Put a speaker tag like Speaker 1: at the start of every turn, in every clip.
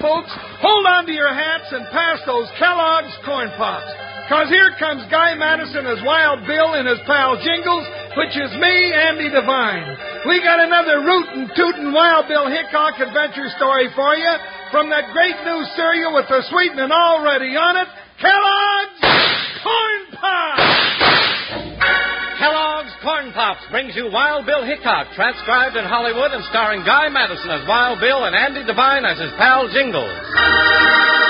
Speaker 1: folks, hold on to your hats and pass those Kellogg's corn pops. Cause here comes Guy Madison as Wild Bill and his pal Jingles, which is me, Andy Devine. We got another rootin' tootin' Wild Bill Hickok adventure story for you from that great new cereal with the sweetening already on it, Kellogg's Corn Pops!
Speaker 2: Kellogg's Corn Pops brings you Wild Bill Hickok, transcribed in Hollywood and starring Guy Madison as Wild Bill and Andy Devine as his pal Jingles.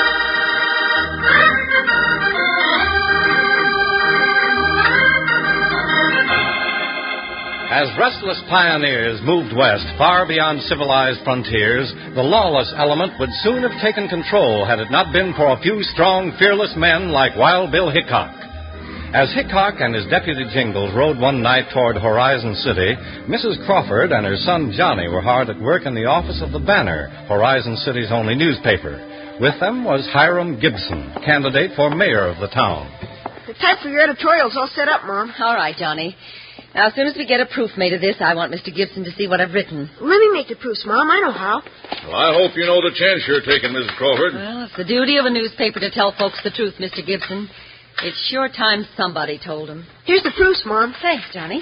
Speaker 2: As restless pioneers moved west, far beyond civilized frontiers, the lawless element would soon have taken control had it not been for a few strong, fearless men like Wild Bill Hickok. As Hickok and his deputy Jingles rode one night toward Horizon City, Mrs. Crawford and her son Johnny were hard at work in the office of the Banner, Horizon City's only newspaper. With them was Hiram Gibson, candidate for mayor of the town.
Speaker 3: The type for your editorial's all set up, Mom.
Speaker 4: All right, Johnny. Now, as soon as we get a proof made of this, I want Mr. Gibson to see what I've written.
Speaker 3: Let me make the proofs, Mom. I know how.
Speaker 5: Well, I hope you know the chance you're taking, Mrs. Crawford.
Speaker 4: Well, it's the duty of a newspaper to tell folks the truth, Mr. Gibson. It's sure time somebody told him.
Speaker 3: Here's the proofs, Mom.
Speaker 4: Thanks, Johnny.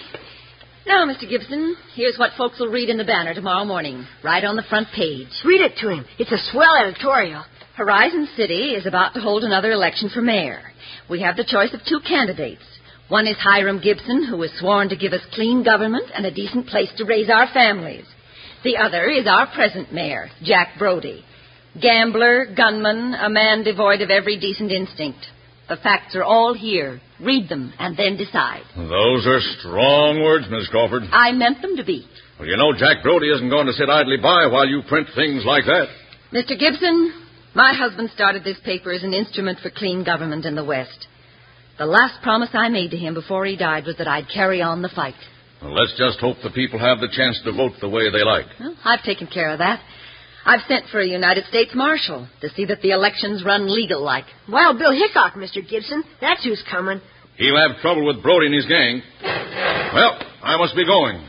Speaker 4: Now, Mr. Gibson, here's what folks will read in the banner tomorrow morning, right on the front page.
Speaker 3: Read it to him. It's a swell editorial.
Speaker 4: Horizon City is about to hold another election for mayor. We have the choice of two candidates. One is Hiram Gibson, who is sworn to give us clean government and a decent place to raise our families. The other is our present mayor, Jack Brody. Gambler, gunman, a man devoid of every decent instinct. The facts are all here. Read them and then decide.
Speaker 5: Those are strong words, Miss Crawford.
Speaker 4: I meant them to be.
Speaker 5: Well, you know, Jack Brody isn't going to sit idly by while you print things like that.
Speaker 4: Mr. Gibson, my husband started this paper as an instrument for clean government in the West. The last promise I made to him before he died was that I'd carry on the fight.
Speaker 5: Well, let's just hope the people have the chance to vote the way they like.
Speaker 4: Well, I've taken care of that. I've sent for a United States Marshal to see that the elections run legal like.
Speaker 3: Well, Bill Hickok, Mr. Gibson. That's who's coming.
Speaker 5: He'll have trouble with Brody and his gang. Well, I must be going.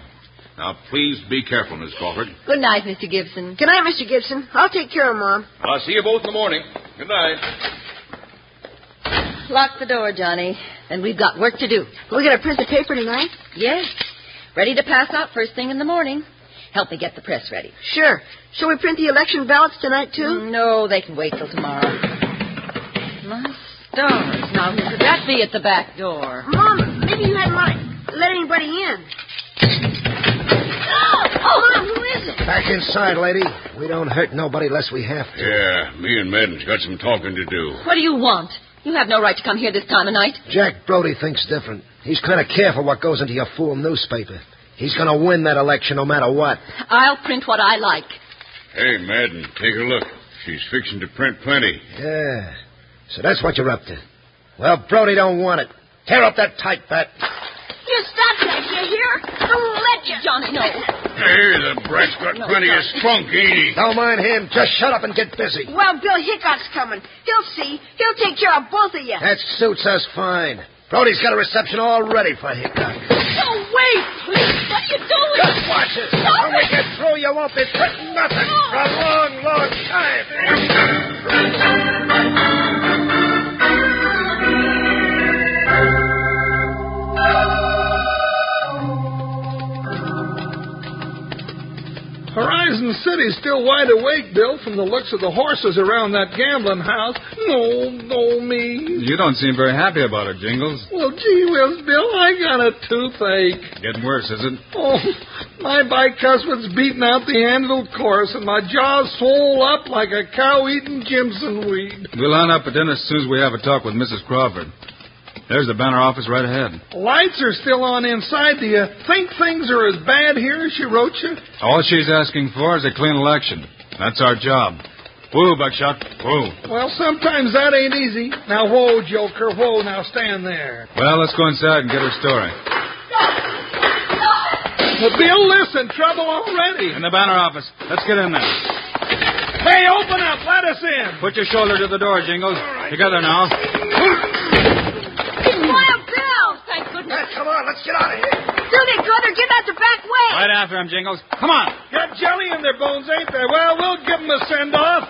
Speaker 5: Now, please be careful, Miss Crawford.
Speaker 4: Good night, Mr. Gibson.
Speaker 3: Good night, Mr. Gibson. I'll take care of Mom.
Speaker 5: I'll see you both in the morning. Good night.
Speaker 4: Lock the door, Johnny. And we've got work to do.
Speaker 3: We're going to print the paper tonight?
Speaker 4: Yes. Ready to pass out first thing in the morning. Help me get the press ready.
Speaker 3: Sure. Shall we print the election ballots tonight, too?
Speaker 4: Mm, No, they can wait till tomorrow. My stars. Now, who could that be at the back door?
Speaker 3: Mom, maybe you hadn't let, let anybody in. Oh, oh, Mom, who is it?
Speaker 6: Back inside, lady. We don't hurt nobody unless we have to.
Speaker 5: Yeah, me and Madden's got some talking to do.
Speaker 4: What do you want? You have no right to come here this time of night.
Speaker 6: Jack Brody thinks different. He's kind of careful what goes into your fool newspaper. He's going to win that election no matter what.
Speaker 4: I'll print what I like.
Speaker 5: Hey, Madden, take a look. She's fixing to print plenty.
Speaker 6: Yeah. So that's what you're up to. Well, Brody don't want it. Tear up that tight bat.
Speaker 3: You stop that, you hear? I won't let you.
Speaker 4: Johnny, no.
Speaker 5: Hey, the brat's got no, plenty no. of spunk, ain't he?
Speaker 6: Don't mind him. Just shut up and get busy.
Speaker 3: Well, Bill Hickok's coming. He'll see. He'll take care of both of you.
Speaker 6: That suits us fine. Brody's got a reception all ready for Hickok.
Speaker 3: No, wait, please. What are you doing?
Speaker 6: Just watch it.
Speaker 3: Stop
Speaker 6: when we get through, you won't be printing nothing no. for a long, long time.
Speaker 1: Horizon City's still wide awake, Bill, from the looks of the horses around that gambling house. No, no, me.
Speaker 7: You don't seem very happy about it, Jingles.
Speaker 1: Well, gee whiz, Bill, I got a toothache.
Speaker 7: Getting worse, is it?
Speaker 1: Oh, my bicuspid's beating out the end of the course, and my jaw's swole up like a cow eating Jimson weed.
Speaker 7: We'll line up at dinner as soon as we have a talk with Mrs. Crawford. There's the banner office right ahead.
Speaker 1: Lights are still on inside. Do you think things are as bad here as she wrote you?
Speaker 7: All she's asking for is a clean election. That's our job. Whoa, Buckshot. Whoa.
Speaker 1: Well, sometimes that ain't easy. Now, whoa, Joker. Whoa, now stand there.
Speaker 7: Well, let's go inside and get her story.
Speaker 1: Well, Bill, listen. Trouble already.
Speaker 7: In the banner office. Let's get in there.
Speaker 1: Hey, open up. Let us in.
Speaker 7: Put your shoulder to the door, Jingles. Right. Together now.
Speaker 3: Wild Bill!
Speaker 4: Thank goodness.
Speaker 6: Right, come on, let's get out of here.
Speaker 3: Do they go? They're getting out the back way.
Speaker 7: Right after him, Jingles. Come on.
Speaker 1: Got jelly in their bones, ain't they? Well, we'll give them a send off.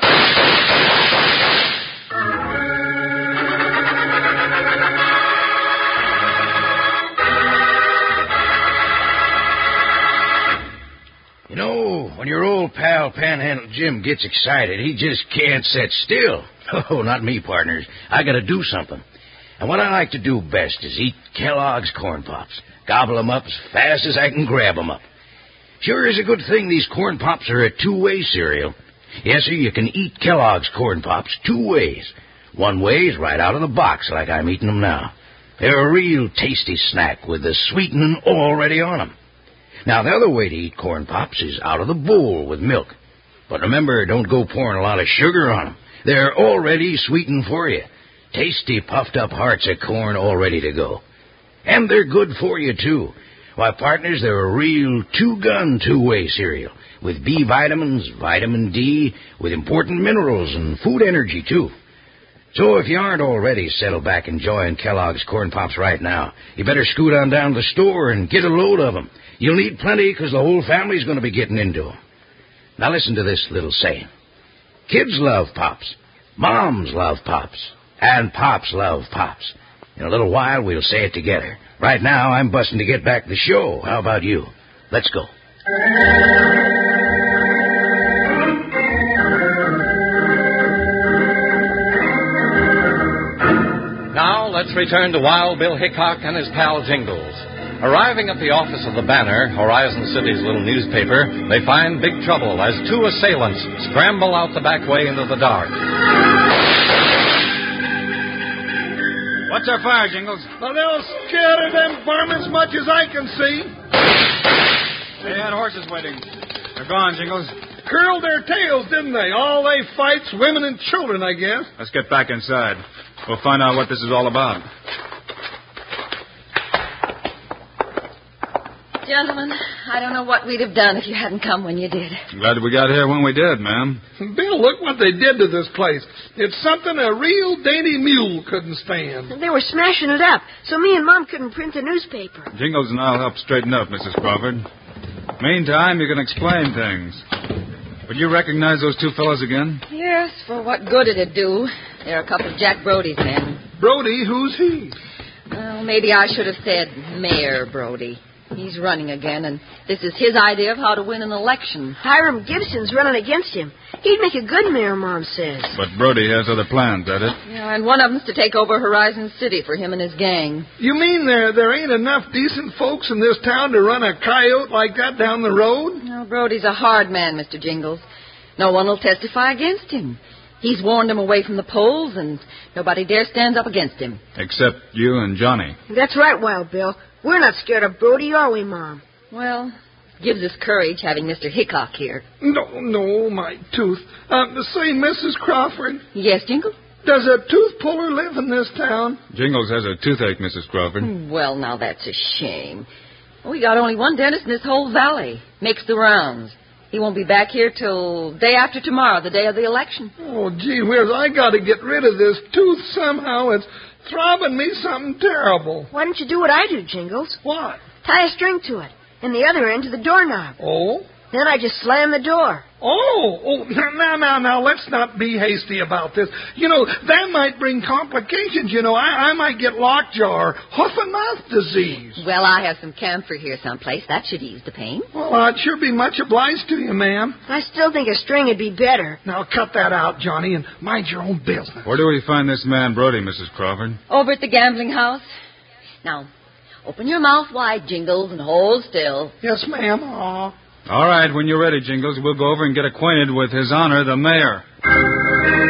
Speaker 6: old pal Panhandle Jim gets excited, he just can't sit still. Oh, not me, partners. I gotta do something. And what I like to do best is eat Kellogg's corn pops. Gobble 'em up as fast as I can grab 'em up. Sure is a good thing these corn pops are a two-way cereal. Yes, sir, you can eat Kellogg's corn pops two ways. One way's right out of the box, like I'm eating 'em now. They're a real tasty snack with the sweetening already on 'em. Now, the other way to eat corn pops is out of the bowl with milk. But remember, don't go pouring a lot of sugar on 'em. They're already sweetened for you. Tasty, puffed up hearts of corn all ready to go. And they're good for you, too. Why, partners, they're a real two gun, two way cereal with B vitamins, vitamin D, with important minerals and food energy, too. So if you aren't already settled back enjoying Kellogg's Corn Pops right now, you better scoot on down to the store and get a load of 'em. You'll need plenty 'cause the whole family's going to be getting into 'em. Now listen to this little saying. Kids love Pops. Moms love Pops. And Pops love Pops. In a little while, we'll say it together. Right now, I'm busting to get back to the show. How about you? Let's go.
Speaker 7: Now, let's return to Wild Bill Hickok and his pal Jingles. Arriving at the office of the Banner, Horizon City's little newspaper, they find big trouble as two assailants scramble out the back way into the dark.
Speaker 5: What's our fire, Jingles?
Speaker 1: Well, they'll scatter them varmints much as I can see.
Speaker 5: They had horses waiting. They're gone, Jingles.
Speaker 1: Curled their tails, didn't they? All they fights, women and children, I guess.
Speaker 5: Let's get back inside. We'll find out what this is all about.
Speaker 4: Gentlemen, I don't know what we'd have done if you hadn't come when you did.
Speaker 5: I'm glad we got here when we did, ma'am.
Speaker 1: Bill, look what they did to this place. It's something a real dainty mule couldn't stand.
Speaker 3: They were smashing it up, so me and Mom couldn't print the newspaper.
Speaker 5: Jingles and I'll help straighten up, Mrs. Crawford. Meantime, you can explain things. Would you recognize those two fellows again?
Speaker 4: Yes, for what good did it do? They're a couple of Jack Brody's men.
Speaker 1: Brody, who's he?
Speaker 4: Well, maybe I should have said Mayor Brody. He's running again, and this is his idea of how to win an election.
Speaker 3: Hiram Gibson's running against him. He'd make a good mayor, Mom says.
Speaker 5: But Brody has other plans, that it?
Speaker 4: Yeah, and one of them's to take over Horizon City for him and his gang.
Speaker 1: You mean there there ain't enough decent folks in this town to run a coyote like that down the road?
Speaker 4: Now, Brody's a hard man, Mr. Jingles. No one will testify against him. He's warned them away from the polls, and nobody dare stands up against him.
Speaker 5: Except you and Johnny.
Speaker 3: That's right, Wild Bill. We're not scared of Brody, are we, Mom?
Speaker 4: Well, gives us courage having Mr. Hickok here.
Speaker 1: No, no, my tooth. Um, say, Mrs. Crawford,
Speaker 4: Yes, Jingles?
Speaker 1: does a tooth puller live in this town?
Speaker 5: Jingles has a toothache, Mrs. Crawford.
Speaker 4: Well, now that's a shame. We got only one dentist in this whole valley. Makes the rounds. He won't be back here till day after tomorrow, the day of the election.
Speaker 1: Oh, gee whiz, I gotta get rid of this tooth somehow. It's throbbing me something terrible.
Speaker 3: Why don't you do what I do, Jingles?
Speaker 1: What?
Speaker 3: Tie a string to it, and the other end to the doorknob.
Speaker 1: Oh?
Speaker 3: Then I just slam the door.
Speaker 1: Oh, oh, now, now, now, now, let's not be hasty about this. You know, that might bring complications. You know, I, I might get lockjaw or hoof and mouth disease.
Speaker 4: Well, I have some camphor here someplace. That should ease the pain.
Speaker 1: Well, I'd sure be much obliged to you, ma'am.
Speaker 3: I still think a string would be better.
Speaker 1: Now, cut that out, Johnny, and mind your own business.
Speaker 5: Where do we find this man, Brody, Mrs. Crawford?
Speaker 4: Over at the gambling house. Now, open your mouth wide, Jingles, and hold still.
Speaker 1: Yes, ma'am. Aw.
Speaker 5: All right, when you're ready, Jingles, we'll go over and get acquainted with His Honor, the Mayor.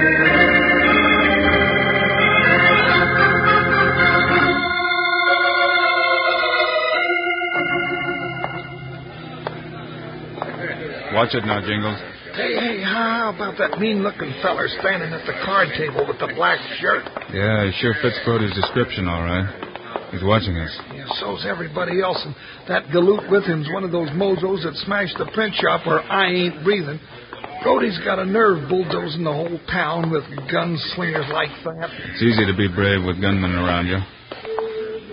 Speaker 5: Watch it now, Jingles.
Speaker 1: Hey, hey, how about that mean-looking feller standing at the card table with the black shirt?
Speaker 5: Yeah, he sure fits Brody's description, all right. He's watching us.
Speaker 1: Yeah, so's everybody else, and that galoot with him's one of those mozos that smashed the print shop where I ain't breathing. Brody's got a nerve bulldozing the whole town with gunslingers like that.
Speaker 5: It's easy to be brave with gunmen around you.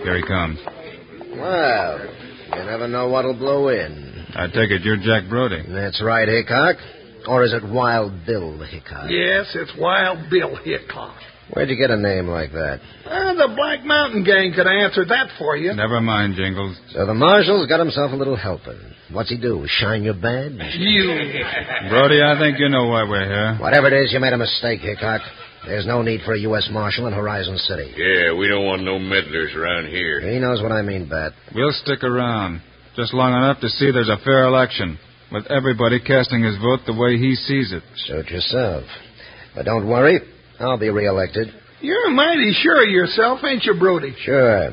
Speaker 5: Here he comes.
Speaker 8: Well, you never know what'll blow in.
Speaker 5: I take it you're Jack Brody.
Speaker 8: That's right, Hickok.
Speaker 6: Or is it Wild Bill Hickok?
Speaker 1: Yes, it's Wild Bill Hickok.
Speaker 6: Where'd you get a name like that?
Speaker 1: Ah, the Black Mountain Gang could answer that for you.
Speaker 7: Never mind, Jingles.
Speaker 6: So the marshal's got himself a little helper. What's he do? Shine your badge?
Speaker 1: You.
Speaker 7: Brody, I think you know why we're here.
Speaker 6: Whatever it is, you made a mistake, Hickok. There's no need for a U.S. Marshal in Horizon City.
Speaker 5: Yeah, we don't want no meddlers around here.
Speaker 6: He knows what I mean, Bat.
Speaker 7: We'll stick around just long enough to see there's a fair election, with everybody casting his vote the way he sees it.
Speaker 6: Suit yourself. But don't worry, I'll be reelected.
Speaker 1: You're mighty sure of yourself, ain't you, Brody?
Speaker 6: Sure.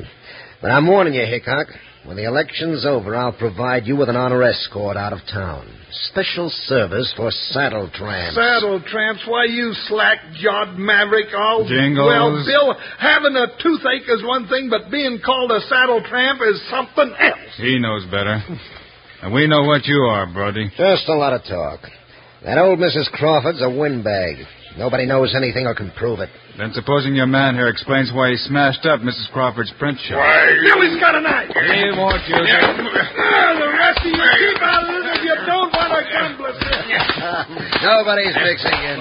Speaker 6: But I'm warning you, Hickok. When the election's over, I'll provide you with an honor escort out of town. Special service for saddle tramps.
Speaker 1: Saddle tramps, why you slack jawed maverick all
Speaker 7: Jingles.
Speaker 1: well Bill, having a toothache is one thing, but being called a saddle tramp is something else.
Speaker 7: He knows better. And we know what you are, Brody.
Speaker 6: Just a lot of talk. That old Mrs. Crawford's a windbag. Nobody knows anything or can prove it.
Speaker 7: Then supposing your man here explains why he smashed up Mrs. Crawford's print shop.
Speaker 1: Billy's got a knife.
Speaker 7: He won't use it.
Speaker 1: Ah, the rest of you keep out of this if you don't want to accomplish this.
Speaker 6: Nobody's mixing in.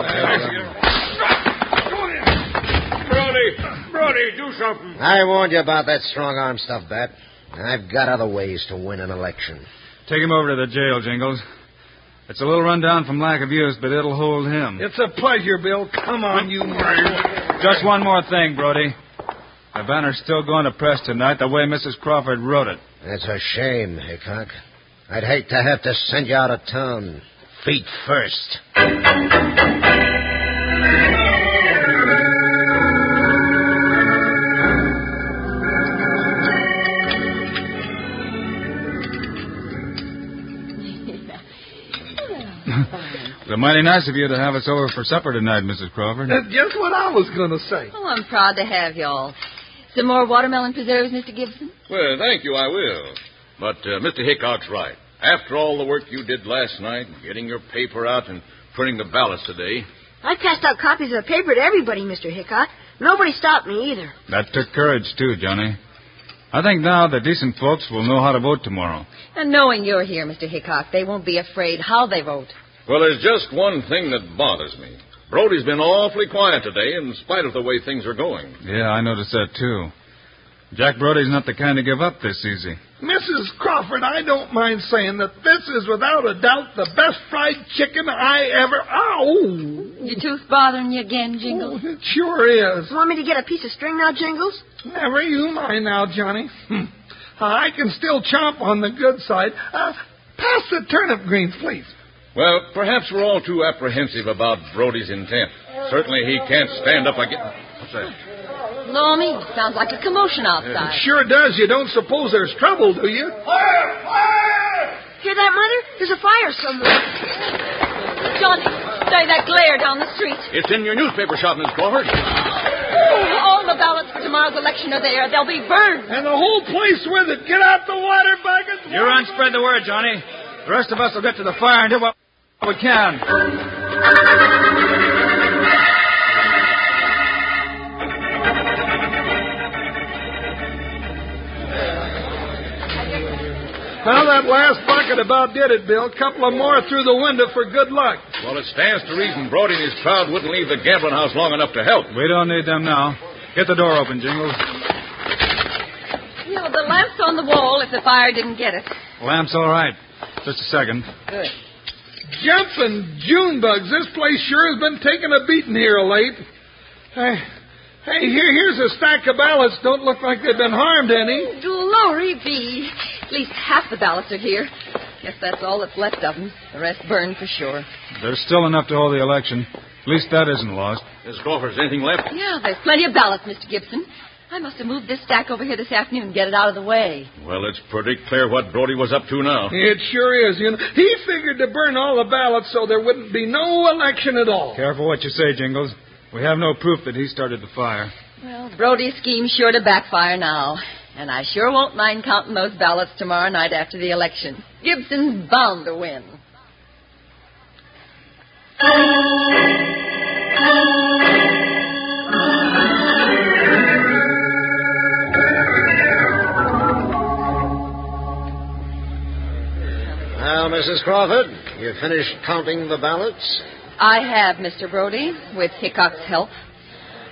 Speaker 5: Brody, Brody, do something.
Speaker 6: I warned you about that strong arm stuff, Bat. I've got other ways to win an election.
Speaker 7: Take him over to the jail, Jingles. It's a little rundown from lack of use, but it'll hold him.
Speaker 1: It's a pleasure, Bill. Come on, you man.
Speaker 7: Just one more thing, Brody. The banner's still going to press tonight the way Mrs. Crawford wrote it.
Speaker 6: That's a shame, Hickok. I'd hate to have to send you out of town. Feet first.
Speaker 7: It's mighty nice of you to have us over for supper tonight, Mrs. Crawford.
Speaker 1: That's just what I was going to say.
Speaker 4: Oh, I'm proud to have y'all. Some more watermelon preserves, Mr. Gibson?
Speaker 5: Well, thank you, I will. But uh, Mr. Hickok's right. After all the work you did last night, getting your paper out and printing the ballots today,
Speaker 3: I passed out copies of the paper to everybody, Mr. Hickok. Nobody stopped me either.
Speaker 7: That took courage, too, Johnny. I think now the decent folks will know how to vote tomorrow.
Speaker 4: And knowing you're here, Mr. Hickok, they won't be afraid how they vote.
Speaker 5: Well, there's just one thing that bothers me. Brody's been awfully quiet today in spite of the way things are going.
Speaker 7: Yeah, I noticed that, too. Jack Brody's not the kind to give up this easy.
Speaker 1: Mrs. Crawford, I don't mind saying that this is without a doubt the best fried chicken I ever. Ow!
Speaker 4: Your tooth bothering you again, Jingles?
Speaker 1: It sure is.
Speaker 3: You want me to get a piece of string now, Jingles?
Speaker 1: Never you mind now, Johnny. Hmm. I can still chomp on the good side. Uh, pass the turnip greens, please.
Speaker 5: Well, perhaps we're all too apprehensive about Brody's intent. Certainly he can't stand up again. What's that?
Speaker 4: Lomi, sounds like a commotion outside.
Speaker 1: Sure does. You don't suppose there's trouble, do you?
Speaker 3: Hear that, Mother? There's a fire somewhere.
Speaker 4: Johnny, say that glare down the street.
Speaker 5: It's in your newspaper shop, Miss Crawford.
Speaker 4: Oh, all the ballots for tomorrow's election are there. They'll be burned.
Speaker 1: And the whole place with it. Get out the water buckets.
Speaker 7: You're on spread the word, Johnny. The rest of us will get to the fire and do what we can.
Speaker 1: Well, that last bucket about did it, Bill. Couple of more through the window for good luck.
Speaker 5: Well, it stands to reason Brody and his crowd wouldn't leave the gambling house long enough to help.
Speaker 7: We don't need them now. Get the door open, Jingles.
Speaker 4: You know, the lamp's on the wall if the fire didn't get it.
Speaker 7: Lamp's all right. Just a second.
Speaker 4: Good.
Speaker 1: Jumping June bugs. This place sure has been taking a beating here of late. Hey, hey, here, here's a stack of ballots. Don't look like they've been harmed any.
Speaker 4: Glory be. At least half the ballots are here. Guess that's all that's left of them. The rest burned for sure.
Speaker 7: There's still enough to hold the election. At least that isn't lost.
Speaker 5: Miss Crawford, is anything left?
Speaker 4: Yeah, there's plenty of ballots, Mr. Gibson. I must have moved this stack over here this afternoon and get it out of the way.
Speaker 5: Well, it's pretty clear what Brody was up to now.
Speaker 1: It sure is. You know, he figured to burn all the ballots so there wouldn't be no election at all.
Speaker 7: Careful what you say, Jingles. We have no proof that he started the fire.
Speaker 4: Well, Brody's scheme's sure to backfire now. And I sure won't mind counting those ballots tomorrow night after the election. Gibson's bound to win.
Speaker 6: Now, Mrs. Crawford, you finished counting the ballots?
Speaker 4: I have, Mr. Brody, with Hickok's help.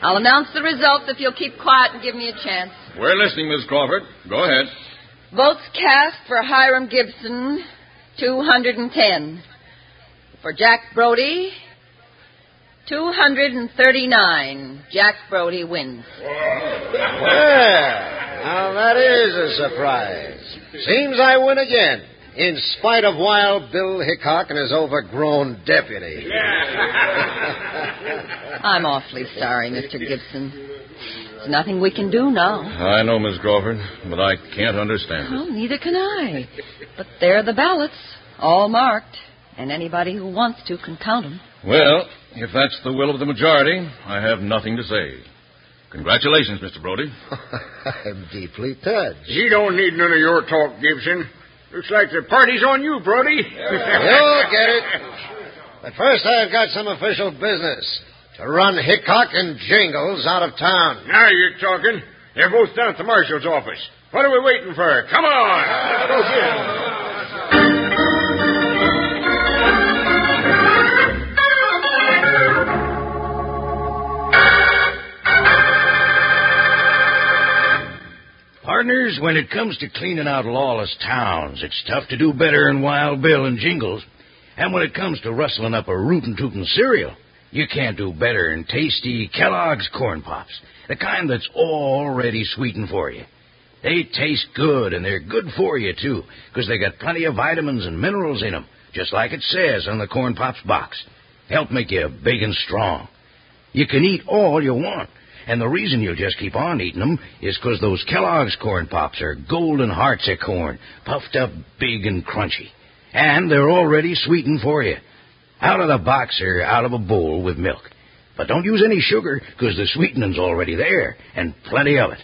Speaker 4: I'll announce the result if you'll keep quiet and give me a chance.
Speaker 5: We're listening, Miss Crawford. Go ahead.
Speaker 4: Votes cast for Hiram Gibson, 210. For Jack Brody, 239. Jack Brody wins.
Speaker 6: Well, now that is a surprise. Seems I win again, in spite of Wild Bill Hickok and his overgrown deputy.
Speaker 4: I'm awfully sorry, Mr. Gibson. There's nothing we can do now.
Speaker 5: I know, Miss Crawford, but I can't understand it.
Speaker 4: Well, neither can I. But there are the ballots, all marked, and anybody who wants to can count them.
Speaker 5: Well, if that's the will of the majority, I have nothing to say. Congratulations, Mr. Brody.
Speaker 6: I'm deeply touched.
Speaker 9: He don't need none of your talk, Gibson. Looks like the party's on you, Brody.
Speaker 6: You'll get it. But first, I've got some official business to run Hickok and Jingles out of town.
Speaker 9: Now you're talking. They're both down at the marshal's office. What are we waiting for? Come on. Go get 'em.
Speaker 1: Partners, when it comes to cleaning out lawless towns, it's tough to do better than Wild Bill and Jingles. And when it comes to rustling up a rootin' tootin' cereal, you can't do better than tasty Kellogg's Corn Pops, the kind that's already sweetened for you. They taste good, and they're good for you, too, because they got plenty of vitamins and minerals in 'em, just like it says on the Corn Pops box. Help make you big and strong. You can eat all you want. And the reason you just keep on eating them is 'cause those Kellogg's corn pops are golden hearts of corn, puffed up big and crunchy. And they're already sweetened for you. Out of the box or out of a bowl with milk. But don't use any sugar 'cause the sweetening's already there, and plenty of it.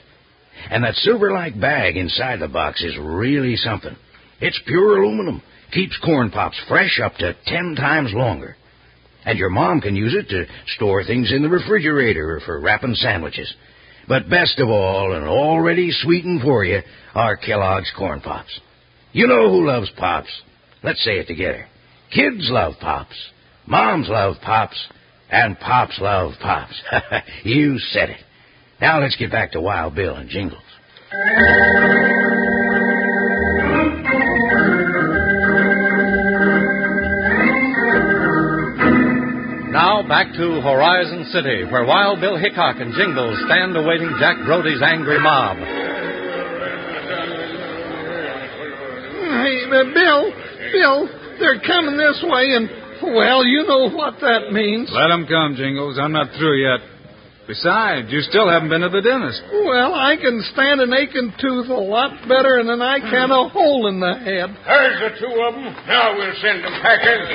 Speaker 1: And that silver like bag inside the box is really something. It's pure aluminum, keeps corn pops fresh up to ten times longer. And your mom can use it to store things in the refrigerator or for wrapping sandwiches. But best of all, and already sweetened for you, are Kellogg's Corn Pops. You know who loves Pops. Let's say it together. Kids love Pops. Moms love Pops. And Pops love Pops. you said it. Now let's get back to Wild Bill and Jingles.
Speaker 10: Now back to Horizon City, where Wild Bill Hickok and Jingles stand awaiting Jack Brody's angry mob.
Speaker 11: Hey, uh, Bill, Bill, they're coming this way, and, well, you know what that means.
Speaker 7: Let 'em come, Jingles. I'm not through yet. Besides, you still haven't been to the dentist.
Speaker 11: Well, I can stand an aching tooth a lot better than I can a hole in the head.
Speaker 9: There's the two of 'em. Now we'll send 'em packing.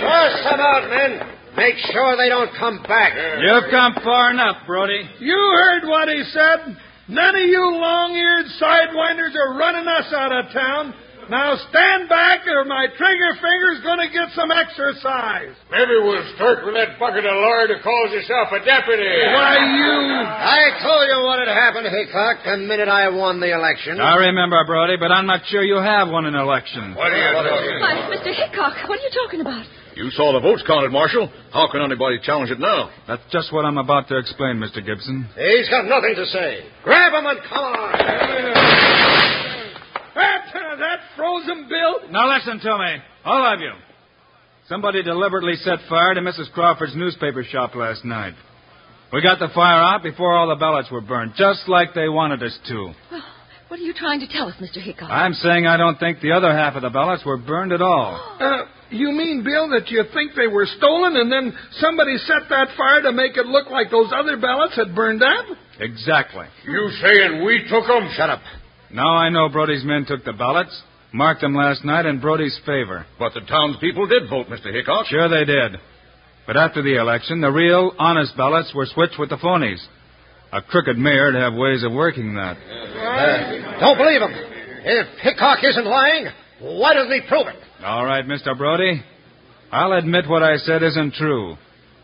Speaker 6: Bust them out, men. Make sure they don't come back.
Speaker 7: You've come far enough, Brody.
Speaker 11: You heard what he said. None of you long eared sidewinders are running us out of town. Now stand back or my trigger finger's gonna get some exercise.
Speaker 9: Maybe we'll start with that bucket of lard who calls himself a deputy.
Speaker 11: Why,
Speaker 6: I told you what had happened, Hickok, the minute I won the election.
Speaker 7: I remember, Brody, but I'm not sure you have won an election.
Speaker 5: What are you
Speaker 4: Why, Mr. Hickok, what are you talking about?
Speaker 5: You saw the votes counted, Marshal. How can anybody challenge it now?
Speaker 7: That's just what I'm about to explain, Mr. Gibson.
Speaker 6: He's got nothing to say. Grab him and come on.
Speaker 11: you. That, that frozen Bill.
Speaker 7: Now listen to me, all of you. Somebody deliberately set fire to Mrs. Crawford's newspaper shop last night. We got the fire out before all the ballots were burned, just like they wanted us to.
Speaker 4: Well, what are you trying to tell us, Mr. Hickok?
Speaker 7: I'm saying I don't think the other half of the ballots were burned at all.
Speaker 11: Uh, you mean, Bill, that you think they were stolen and then somebody set that fire to make it look like those other ballots had burned up?
Speaker 7: Exactly.
Speaker 9: You saying we took 'em? Shut up.
Speaker 7: Now I know Brody's men took the ballots, marked them last night in Brody's favor.
Speaker 5: But the townspeople did vote, Mr. Hickok.
Speaker 7: Sure they did. But after the election, the real, honest ballots were switched with the phonies. A crooked mayor would have ways of working that.
Speaker 6: Uh, don't believe him. If Hickok isn't lying, why doesn't he prove it?
Speaker 7: All right, Mr. Brody. I'll admit what I said isn't true.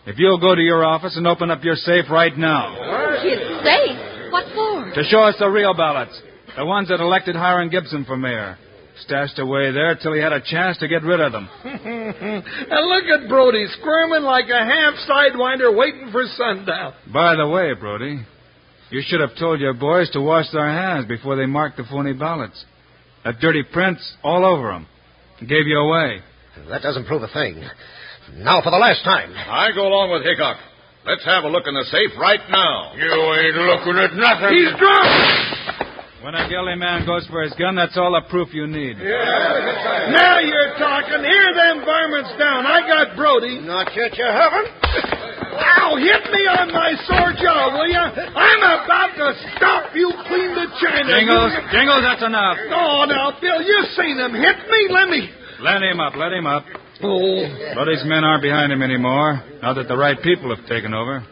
Speaker 7: If you'll go to your office and open up your safe right now
Speaker 4: His safe? What for?
Speaker 7: to show us the real ballots, the ones that elected Hiram Gibson for mayor.
Speaker 5: Stashed away there till he had a chance to get rid of them.
Speaker 7: and look at Brody squirming like a half sidewinder waiting for sundown.
Speaker 5: By the way, Brody, you should have told your boys to wash their hands before they marked the phony ballots. That dirty print's all over 'em. Gave you away.
Speaker 6: That doesn't prove a thing. Now for the last time.
Speaker 12: I go along with Hickok. Let's have a look in the safe right now.
Speaker 13: You ain't looking at nothing.
Speaker 7: He's drunk!
Speaker 5: When a guilty man goes for his gun, that's all the proof you need.
Speaker 7: Now you're talking. Hear them varmints down. I got Brody.
Speaker 6: Not yet, you haven't.
Speaker 7: Ow, hit me on my sore jaw, will you? I'm about to stop you clean to China.
Speaker 5: Jingles,
Speaker 7: You-
Speaker 5: Jingles, that's enough.
Speaker 7: Oh, now, Bill, you seen him. Hit me, let me.
Speaker 5: Let him up, let him up.
Speaker 7: Oh,
Speaker 5: Brody's men aren't behind him anymore, now that the right people have taken over.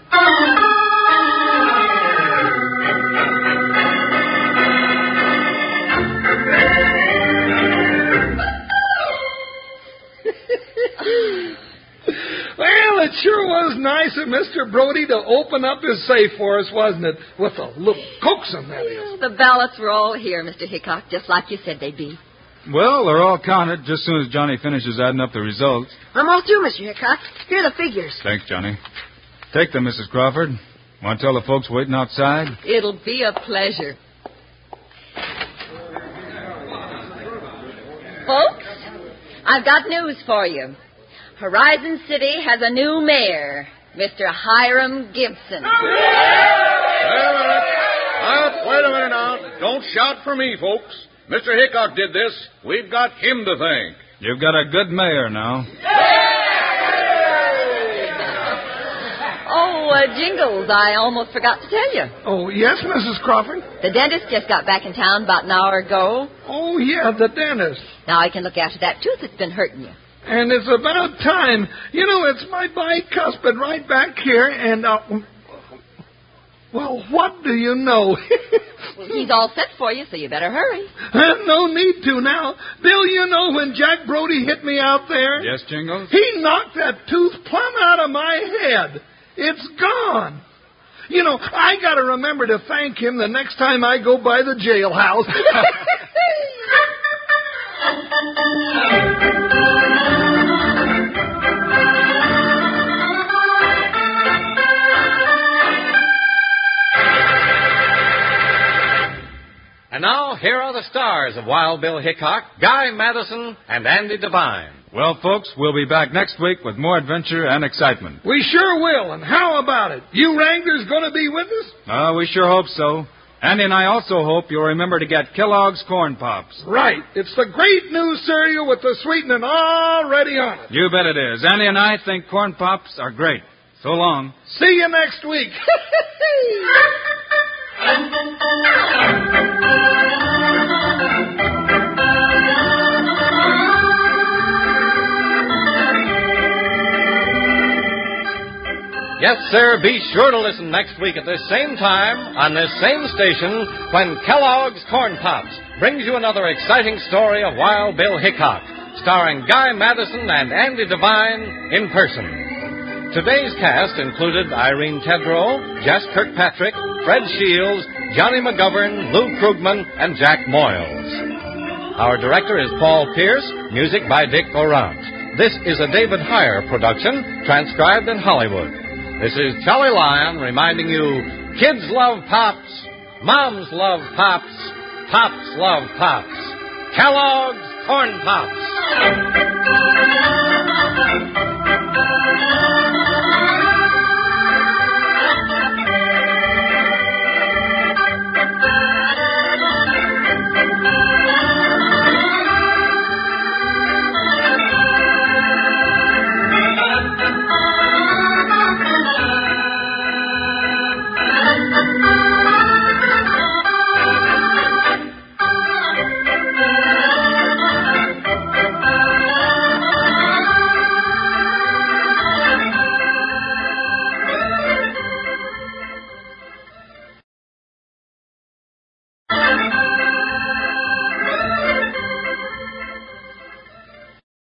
Speaker 7: Well, it sure was nice of Mr. Brody to open up his safe for us, wasn't it? With a little coaxing, that is.
Speaker 4: The ballots were all here, Mr. Hickok, just like you said they'd be.
Speaker 5: Well, they're all counted just as soon as Johnny finishes adding up the results.
Speaker 3: I'm all through, Mr. Hickok. Here are the figures.
Speaker 5: Thanks, Johnny. Take them, Mrs. Crawford. Want to tell the folks waiting outside?
Speaker 4: It'll be a pleasure. Folks, I've got news for you. Horizon City has a new mayor, Mr. Hiram Gibson.
Speaker 12: Now, wait a minute now. Don't shout for me, folks. Mr. Hickok did this. We've got him to thank.
Speaker 5: You've got a good mayor now.
Speaker 4: Oh, uh, Jingles, I almost forgot to tell you.
Speaker 7: Oh, yes, Mrs. Crawford?
Speaker 4: The dentist just got back in town about an hour ago.
Speaker 7: Oh, yeah, the dentist.
Speaker 4: Now I can look after that tooth that's been hurting you.
Speaker 7: And it's about time. You know, it's my bicuspid right back here, and, uh. Well, what do you know?
Speaker 4: He's all set for you, so you better hurry.
Speaker 7: no need to now. Bill, you know when Jack Brody hit me out there?
Speaker 5: Yes, Jingles?
Speaker 7: He knocked that tooth plumb out of my head. It's gone. You know, I got to remember to thank him the next time I go by the jailhouse.
Speaker 1: And now, here are the stars of Wild Bill Hickok, Guy Madison, and Andy Devine.
Speaker 5: Well, folks, we'll be back next week with more adventure and excitement.
Speaker 7: we sure will, and how about it? You Wrangler's going to be with us?
Speaker 5: Uh, we sure hope so. Andy and I also hope you'll remember to get Kellogg's Corn Pops.
Speaker 7: Right. It's the great new cereal with the sweetening already on it.
Speaker 5: You bet it is. Andy and I think Corn Pops are great. So long.
Speaker 7: See you next week.
Speaker 1: Yes, sir, be sure to listen next week at this same time on this same station when Kellogg's Corn Pops brings you another exciting story of Wild Bill Hickok, starring Guy Madison and Andy Devine in person. Today's cast included Irene Tedrow, Jess Kirkpatrick, Fred Shields, Johnny McGovern, Lou Krugman, and Jack Moyles. Our director is Paul Pierce, music by Dick Orant. This is a David Heyer production, transcribed in Hollywood. This is Charlie Lyon reminding you kids love pops, moms love pops, pops love pops, Kellogg's Corn Pops.